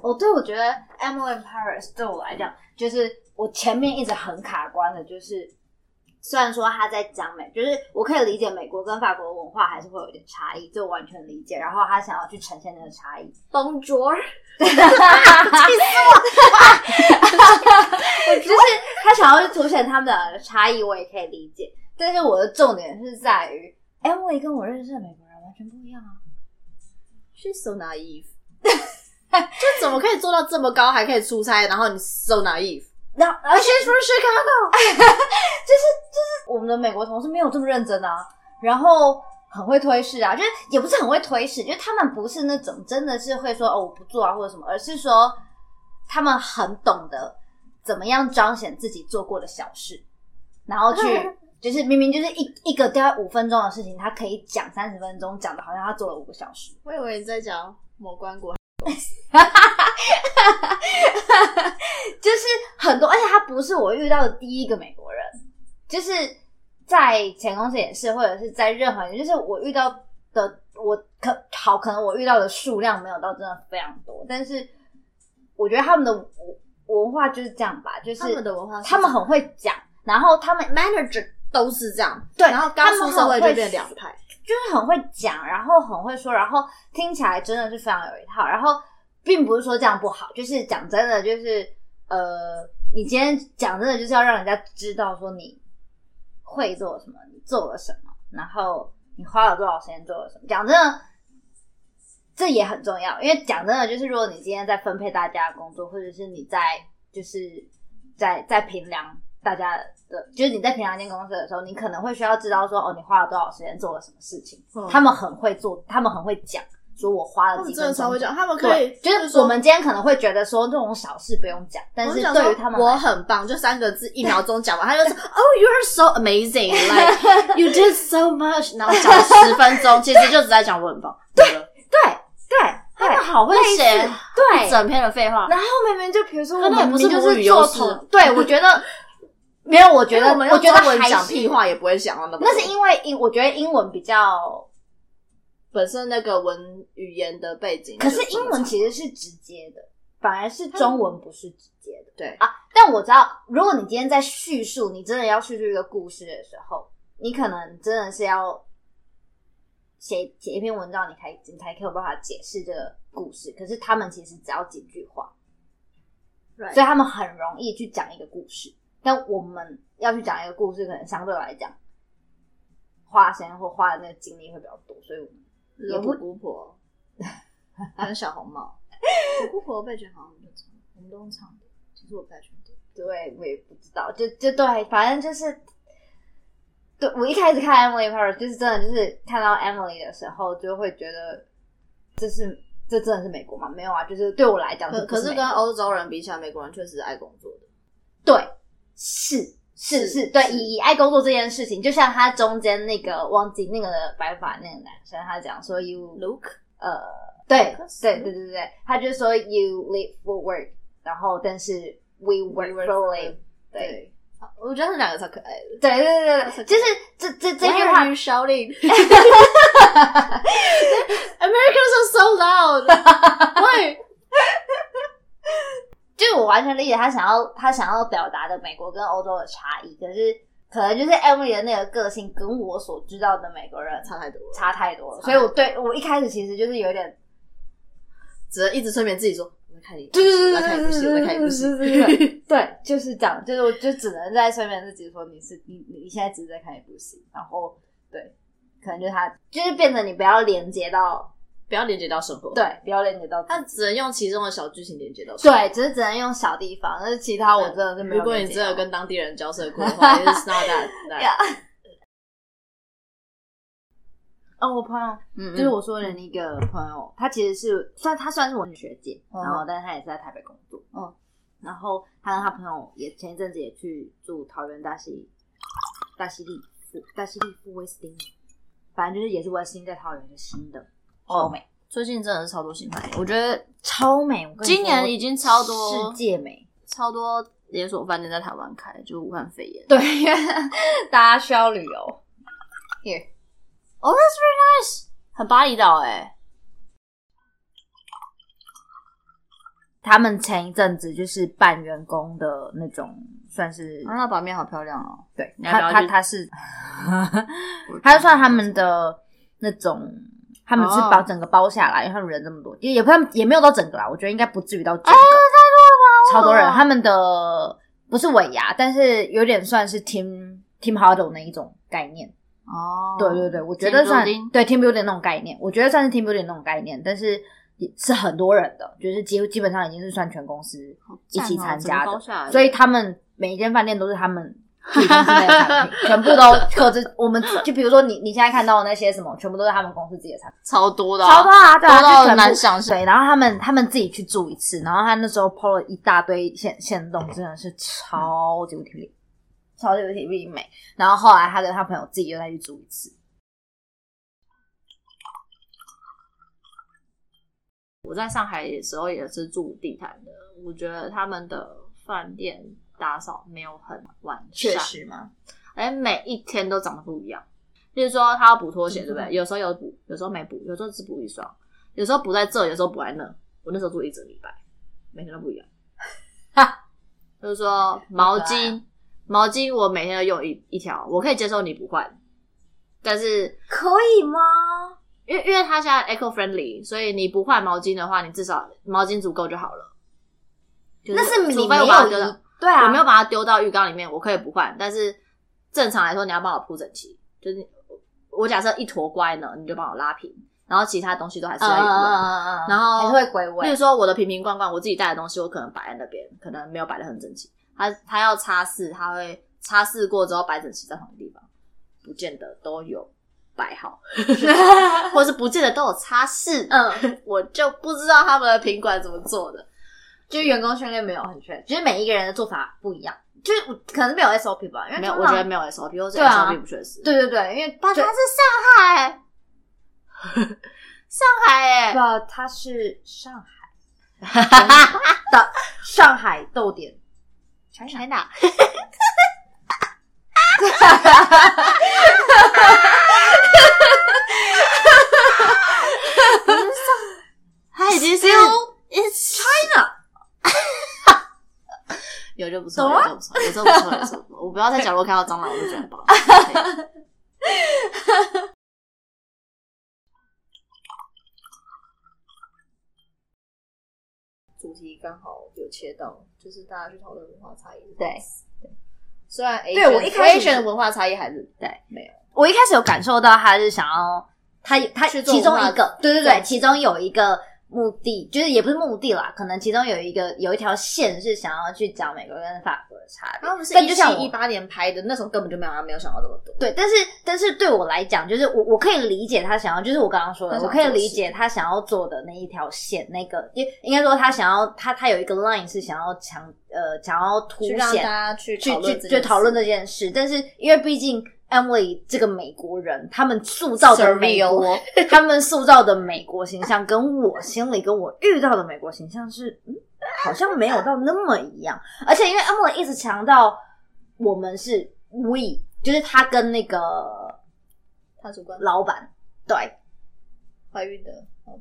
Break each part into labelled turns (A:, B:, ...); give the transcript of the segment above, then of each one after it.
A: 哦，对，我觉得《Emily in Paris》对我来讲，就是我前面一直很卡关的，就是虽然说他在讲美，就是我可以理解美国跟法国文化还是会有一点差异，这我完全理解。然后他想要去呈现那个差异，
B: Bonjour，
A: 就是他想要去凸显他们的差异，我也可以理解。但是我的重点是在于，Emily 跟我认识的美国人完全不一样啊。
B: 是 so naive，就怎么可以做到这么高，还可以出差，然后你 so naive？
A: 那而且
B: She's from Chicago，
A: 我们的美国同事没有这么认真啊，然后很会推事啊，就是也不是很会推事，就是他们不是那种真的是会说哦我不做啊或者什么，而是说他们很懂得怎么样彰显自己做过的小事，然后去就是明明就是一一个大概五分钟的事情，他可以讲三十分钟，讲的好像他做了五个小时。
B: 我以为你在讲某关国，
A: 就是很多，而且他不是我遇到的第一个美国人，就是在前公司也是，或者是在任何，就是我遇到的，我可好可能我遇到的数量没有到真的非常多，但是我觉得他们的文文化就是这样吧，就是
B: 他们的文化是
A: 他们很会讲，然后他们
B: manager 都是这样，
A: 对
B: 然后刚出社会
A: 他们很会
B: 就变两派，
A: 就是很会讲，然后很会说，然后听起来真的是非常有一套。然后并不是说这样不好，就是讲真的，就是呃，你今天讲真的就是要让人家知道说你会做什么，你做了什么，然后你花了多少时间做了什么。讲真的，这也很重要，因为讲真的，就是如果你今天在分配大家的工作，或者是你在就是在在评量大家的，就是你在评量一间公司的时候，你可能会需要知道说，哦，你花了多少时间做了什么事情。
B: 嗯
A: 他们很会做，他们很会讲，说我花了
B: 们
A: 几
B: 真的
A: 分
B: 超
A: 钟
B: 会。讲，他们可以
A: 对，就是我们今天可能会觉得说这种小事不用讲，但
B: 我
A: 是
B: 想
A: 对于
B: 说
A: 他们来
B: 我很棒，就三个字，一秒钟讲完，他就说 Oh, you are so amazing, like you did so much，然后讲十分钟， 其实就只在讲我很棒，对，
A: 对对对
B: 他们好会写
A: 类似对
B: 一整篇的废话，
A: 然后明明就比如说我
B: 可能
A: 们
B: 也不是
A: 明明
B: 母
A: 就
B: 语
A: 是做
B: 优势
A: 同，对 我觉得没有，我觉
B: 因为
A: 得
B: 我们
A: 我
B: 用
A: 觉
B: 中
A: 得
B: 文
A: 还
B: 讲
A: 是
B: 屁话也不会想到那么多，
A: 那是因为英，我觉得英文比较，
B: 本身那个文语言的背景就
A: 可
B: 这么
A: 是
B: 长，
A: 英文其实是直接的，反而是中文不是直接的。
B: 对
A: 啊，但我知道，如果你今天在叙述，你真的要叙述一个故事的时候，你可能真的是要写写一篇文章，你才你才可以有办法解释这个故事。可是他们其实只要几句话，
B: Right
A: 所以他们很容易去讲一个故事。但我们要去讲一个故事，可能相对来讲，花时间或花的那个精力会比较多，所以我们
B: 也不姑婆， 还有小红帽，我姑婆被卷好像我们都唱，我们都用唱的，其实我不太确定。
A: 对，我也不知道，就就对，反正就是，对我一开始看 Emily Paris，就是真的就是看到 Emily 的时候，就会觉得这是这真的是美国吗？没有啊，就是对我来讲，
B: 可
A: 这不
B: 可是
A: 美
B: 跟
A: 国
B: 欧洲人比起来，美国人确实是爱工作的。
A: 对是。是
B: 是
A: 是，对，
B: 是
A: 以以爱工作这件事情，就像他中间那个忘记那个白发那个男生，他讲说 you
B: Look，
A: 呃，对
B: 可是
A: 对对对对，他就说 you live for work，然后但是 we work
B: work
A: for
B: for
A: live，对
B: 对，好我觉得那两个超可爱的。
A: 对对对对，就是这这这句
B: Why
A: 话
B: are you shouting? Americans are so loud. Why?
A: 就是我完全理解他想要他想要表达的美国跟欧洲的差异，可是可能就是 Emily 的那个个性跟我所知道的美国人
B: 差太多了，
A: 差太多了，
B: 差
A: 所以我对我一开始其实就是有点
B: 只能一直催眠自己说：“我在看你，
A: 对对对
B: 我在看你不行，我在看你不行。”
A: 对对对对，就是这样，就是我就只能在催眠自己说你是你你你现在只是在看一部戏，然后对，可能就是他就是变成你不要连接到
B: 不要连接到生活，，
A: 对，不要连接到
B: 他只能用其中的小剧情连接到生活。
A: 对，只是只能用小地方，但是其他我真的是没有
B: 如果
A: 连
B: 你
A: 接
B: 啊真的
A: 到
B: 跟当地人交涉过的 话，it's not that that。
A: 哦，我朋友。
B: 嗯，
A: 就是我说的那个朋友，他其实是算他算是我的学姐，
B: 嗯
A: 然后但是他也是在台北工作，
B: 嗯，
A: 然后他跟他朋友也前一阵子也去住桃园大溪大溪地附大溪地附威斯汀，反正就是也是威斯汀在桃园的新的，
B: 哦
A: 超美，
B: 最近真的是超多新牌，我觉得
A: 超美，我跟你说
B: 今年已经超多
A: 世界美，
B: 超多连锁饭店在台湾开，就是武汉肺炎。
A: 对，大家需要旅游。Oh,
B: 哦、oh,，That's very
A: 欸
B: nice，很巴厘岛哎、
A: 他们前一阵子就是办员工的那种，算是、
B: 啊，那版面好漂亮哦。
A: 对
B: 你要
A: 他
B: 不要
A: 他
B: 去
A: 他是，他就算他们的那种，他们是把
B: 哦
A: 整个包下来，因为他们人这么多，也也不也没有到整个啦，我觉得应该不至于到整个，
B: 啊太多了吧
A: 超多人，他们的不是尾牙，但是有点算是 team team huddle 那一种概念。
B: 哦，
A: 对对对，我觉
B: Team
A: 得算
B: building
A: 对 team building 那种概念，我觉得算是 team building 那种概念，但是也是很多人的，就是基基本上已经是算全公司一起参加的，所
B: 以
A: 以他们每一间饭店都是他们自己公司内的产 品，全部都克制。我们就比如说你你现在看到的那些什么，全部都是他们公司自己的产品。
B: 超多的啊，
A: 超多啊，对啊，
B: 多到
A: 就全部
B: 难想象
A: 对，然后他们他们自己去住一次，然后他那时候 PO 了一大堆现现动，真的是超级无敌美，超级无敌美。然后后来他跟他朋友自己又再去住一次。
B: 我在上海的时候也是住地毯的，我觉得他们的饭店打扫没有很完善，
A: 嘛，
B: 哎，每一天都长得不一样。例如说，他要补拖鞋，
A: 嗯
B: 对不对？有时候有补，有时候没补，有时候只补一双，有时候补在这，有时候补在那。我那时候住一整礼拜，每天都不一样。
A: 哈，
B: 就是说毛
A: 好可爱啊
B: 巾，毛巾我每天都用一一条，我可以接受你不换，但是
A: 可以吗？
B: 因为因为它现在 eco friendly，所以你不换毛巾的话，你至少毛巾足够就好了。就
A: 那是你
B: 除
A: 没
B: 非
A: 有
B: 我把它丢到
A: 一，对啊，
B: 我没有把它丢到浴缸里面，我可以不换。但是正常来说，你要帮我铺整齐，就是你我假设一坨乖呢，你就帮我拉平，然后其他东西都还是
A: 嗯
B: 要有
A: 嗯
B: 用。
A: 嗯嗯嗯，
B: 然后
A: 还是会归
B: 例
A: 位
B: 如，说我的瓶瓶罐罐，我自己带的东西，我可能摆在那边，可能没有摆的很整齐。他他要擦拭，他会擦拭过之后摆整齐在同一个地方，不见得都有摆 好，或是不见得都有擦拭。
A: 嗯，
B: 我就不知道他们的品管怎么做的。
A: 就是员工训练没有很全，就是每一个人的做法不一样，就是我可能没有 SOP 吧，因为
B: 没有，
A: 通
B: 我
A: 常
B: 觉得没有 SOP，或是
A: 对啊
B: SOP 不确实。
A: 对对对，因为
B: 爸，啊他
A: 对
B: 是上海，上海哎、
A: 不，他是上海的上海逗点。想想，
B: China，他已经是 It's China，有就不错，
A: 懂吗
B: 有就不错，有就不错，有就不错。我不要在角落看到蟑螂，我就觉得很不好。对主题刚好有切到，就是大家去讨论文化差异。
A: 对，
B: 虽然 a
A: 对我一开始
B: Asian 的文化差异还是对没有，
A: 我一开始有感受到他是想要他他
B: 去做
A: 其中
B: 文化
A: 一个，对对对，
B: 重视
A: 其中有一个目的，就是也不是目的啦，可能其中有一个有一条线是想要去讲美国跟法国的差别。
B: 他们是
A: 但
B: 一
A: 就像
B: 七
A: 我
B: 一八年拍的，那时候根本就没有没有想到这么多。
A: 对，但是但是对我来讲，就是我我可以理解他想要，就是我刚刚说的
B: 他，想
A: 我
B: 要
A: 可以
B: 做
A: 理
B: 事
A: 解他想要做的那一条线，那个应应该说他想要他他有一个 line 是想要强呃想要凸
B: 去让大
A: 显
B: 家去
A: 去
B: 讨
A: 去
B: 论这件
A: 去讨论
B: 事
A: 这件事，但是因为毕竟 Emily 这个美国人，他们塑造的美
B: Surreal
A: 国，他们塑造的美国形象，跟我心里跟我遇到的美国形象是，嗯，好像没有到那么一样。而且因为 Emily 一直强调我们是 we，就是他跟那个
B: 他主观
A: 老板，对，
B: 怀孕的，哦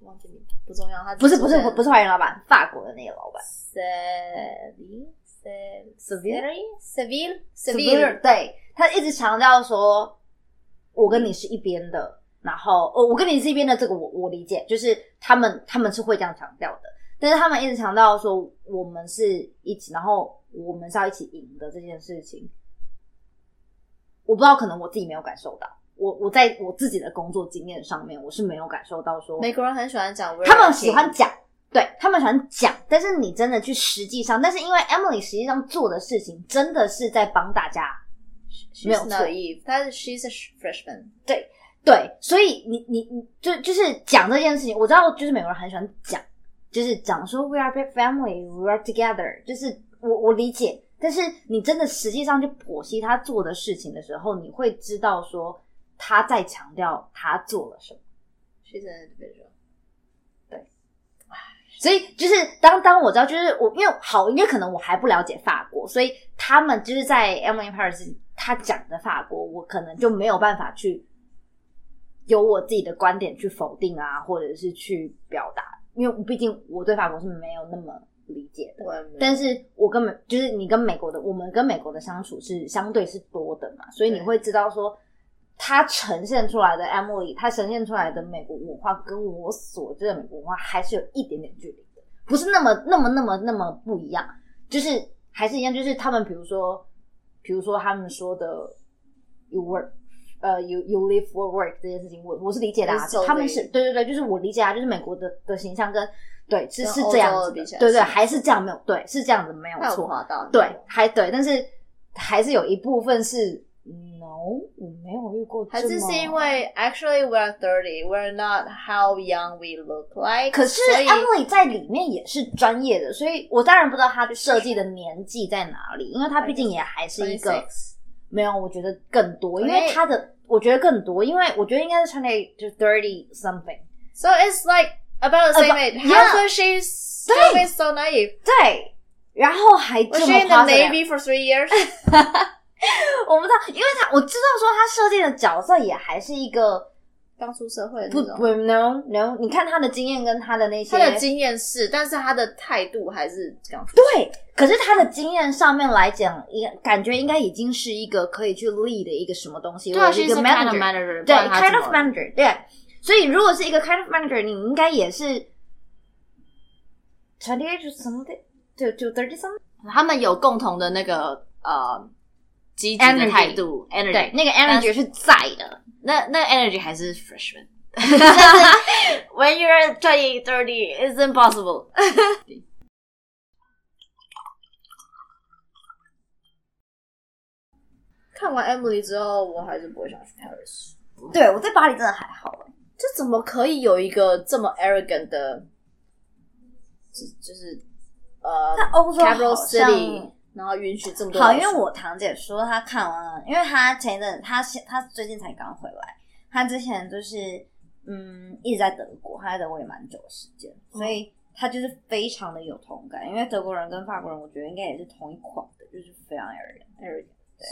B: 忘记名字不重要。他
A: 不是不是不是华人老板，法国的那个老板
B: Seville
A: Seville
B: Seville
A: 对他一直强调说，我跟你是一边的，然后呃，我跟你是一边的，这个我我理解，就是他们他们是会这样强调的，但是他们一直强调说我们是一起，然后我们是要一起赢的这件事情，我不知道，可能我自己没有感受到，我我在我自己的工作经验上面，我是没有感受到说
B: 美国人很喜欢讲 we're
A: 他们喜
B: the
A: 欢
B: king
A: 讲，对他们喜欢讲，但是你真的去实际上，但是因为 Emily 实际上做的事情真的是在帮大家，
B: she's
A: 没有错
B: naive，但是 she's a freshman，
A: 对，所以你你你就就是讲这件事情，我知道就是美国人很喜欢讲，就是讲说 we are big family, we are together，就是我我理解，但是你真的实际上去剖析他做的事情的时候，你会知道说他在强调他做了什么。
B: she's an individual。
A: 所以就是当当我知道，就是我因为好，因为可能我还不了解法国，所以他们就是在《Emily in Paris》他讲的法国，我可能就没有办法去有我自己的观点去否定啊，或者是去表达因为毕竟我对法国是没有那么理解的。
B: 我也没有
A: 但是我根本就是你跟美国的，我们跟美国的相处是相对是多的嘛，所以你
B: 对
A: 会知道说，它呈现出来的 Emily，它呈现出来的美国文化跟我所知的美国文化还是有一点点距离的，不是那么那么那么那么不一样，就是还是一样，就是他们比如说，比如说他们说的 you work。呃、y o u you live for work 这件事情，我我是理解的、啊
B: 我是受，
A: 他们
B: 累
A: 是对对对，就是我理解啊，就是美国的的形象跟对是
B: 跟
A: 是
B: 欧
A: 这样
B: 洲
A: 子
B: 比
A: 的
B: 起来
A: 对对，
B: 是
A: 还哎是这样没有对，是这样子没有
B: 他有
A: 错，
B: 滑到，
A: 对，还对，但是还是有一部分是 no，我没有遇过这
B: 还
A: 么，
B: 是是因为 actually we are thirty, we are not how young we look like。
A: 可是
B: 所以
A: Emily 在里面也是专业的，所以我当然不知道她设计的年纪在哪里，因为她毕竟也还是一个
B: 26
A: 没有，我觉得更多，因为
B: Okay
A: 她的我觉得更多，因为我觉得应该是 t r 就 thirty something，
B: So it's like about the same
A: About-
B: age.
A: yeah.
B: How could she still be so naive?
A: 对，然后还这
B: Was
A: 么
B: she in the
A: 夸张。
B: navy for three years?
A: 我不知道，因为他我知道说他设定的角色也还是一个
B: 刚出社会的
A: 不
B: 那种。
A: 不 no no，你看他的经验跟他的那些
B: 他的经验是，但是他的态度还是刚出。
A: 对，可是他的经验上面来讲，应感觉应该已经是一个可以去 lead 的一个什么东
B: 啊
A: 西，啊或者是一个 manager，,
B: manager，
A: 对 kind of manager 对，所以如果是一个 kind of manager，你应该也是 twenty eight to something to to thirty something。
B: 他们有共同的那个呃积
A: 极的态
B: 度
A: 对，那个
B: 但
A: energy 是在的。
B: 那那 energy 还是 freshman。When you're twenty, thirty, it's impossible. 看完 Emily 之后，我还是不会想去 Paris。
A: 对，我在巴黎真的还好欸
B: 这怎么可以有一个这么 arrogant 的，就就是呃
A: 在欧洲
B: ，capital
A: 好像
B: city，然后允许这么多
A: 好，
B: 人
A: 因为我堂姐说她看完了，因为她前一阵她现她最近才刚回来，她之前就是嗯一直在德国，她在德国也蛮久的时间，所
B: 嗯
A: 以她就是非常的有同感，因为德国人跟法国人我觉得应该也是同一款的，就是非常 a r r
B: 对，